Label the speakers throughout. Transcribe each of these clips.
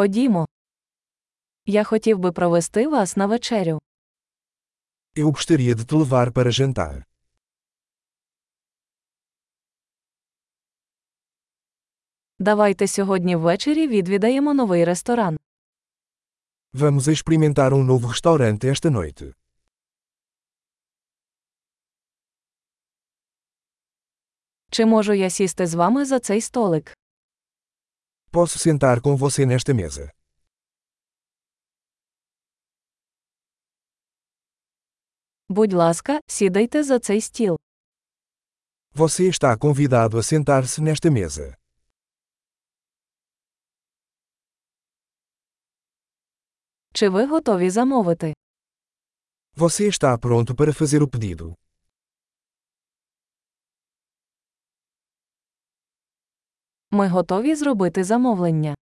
Speaker 1: Ходімо. Я хотів би провести вас на вечерю.
Speaker 2: Eu gostaria de te levar para jantar.
Speaker 1: Давайте сьогодні ввечері відвідаємо новий ресторан.
Speaker 2: Vamos experimentar um novo restaurante esta noite.
Speaker 1: Чи можу я сісти з вами за цей столик?
Speaker 2: Posso sentar com você nesta mesa.
Speaker 1: Будь ласка, сідайте за цей стіл.
Speaker 2: Você está convidado a sentar-se nesta mesa.
Speaker 1: Чи ви готові замовити?
Speaker 2: Você está pronto para fazer o pedido.
Speaker 1: Ми готові зробити замовлення.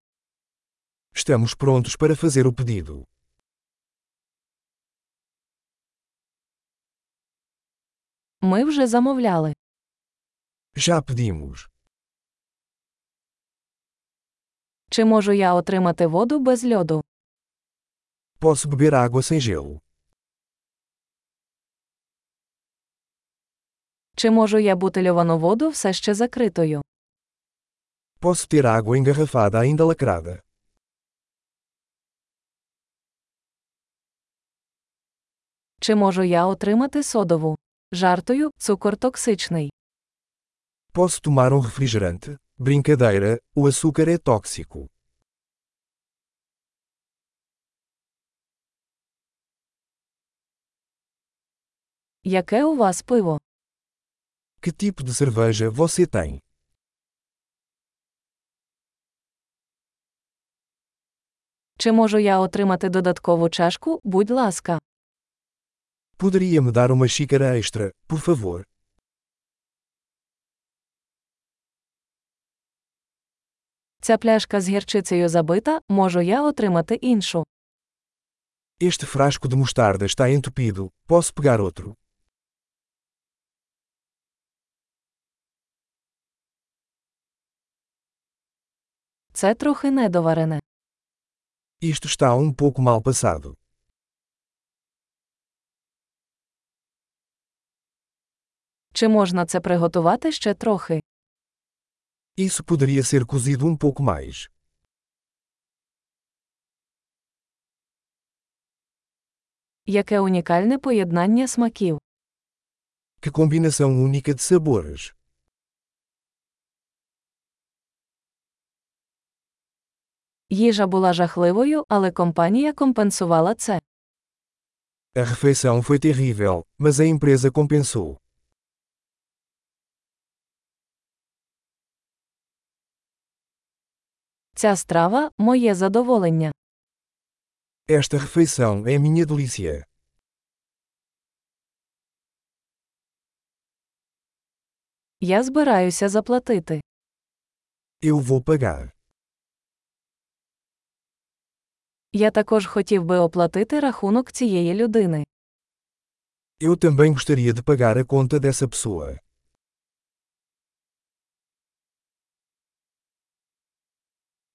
Speaker 2: Estamos prontos para fazer o pedido.
Speaker 1: Ми вже замовляли.
Speaker 2: Já pedimos.
Speaker 1: Чи можу я отримати воду без льоду?
Speaker 2: Posso beber água sem gelo.
Speaker 1: Чи можу я бутильовану воду все ще закритою?
Speaker 2: Posso ter água engarrafada ainda lacrada.
Speaker 1: Чи можу я отримати содову? Жартою, цукор токсичний.
Speaker 2: Posso tomar um refrigerante? Brincadeira, o açúcar é tóxico.
Speaker 1: Яке у вас пиво?
Speaker 2: Que tipo de cerveja você tem?
Speaker 1: Чи можу я отримати додаткову чашку, будь ласка.
Speaker 2: Poderia me dar uma xícara extra, por favor?
Speaker 1: Ця пляшка з гірчицею забита, можу я отримати іншу.
Speaker 2: Este frasco de mostarda está entupido, posso pegar outro?
Speaker 1: Це трохи недоварене.
Speaker 2: Isto está um pouco mal passado.
Speaker 1: Чи можна це приготувати ще трохи?
Speaker 2: Isso poderia ser cozido um pouco mais.
Speaker 1: Яке унікальне поєднання смаків.
Speaker 2: Que combinação única de sabores!
Speaker 1: Їжа була жахливою, але компанія компенсувала це.
Speaker 2: A refeição foi terrível, mas a empresa compensou.
Speaker 1: Ця страва моє задоволення.
Speaker 2: Esta refeição é minha delícia.
Speaker 1: Я збираюся заплатити.
Speaker 2: Eu vou pagar.
Speaker 1: Я також хотів би оплатити рахунок цієї людини.
Speaker 2: Eu também gostaria de pagar a conta dessa pessoa.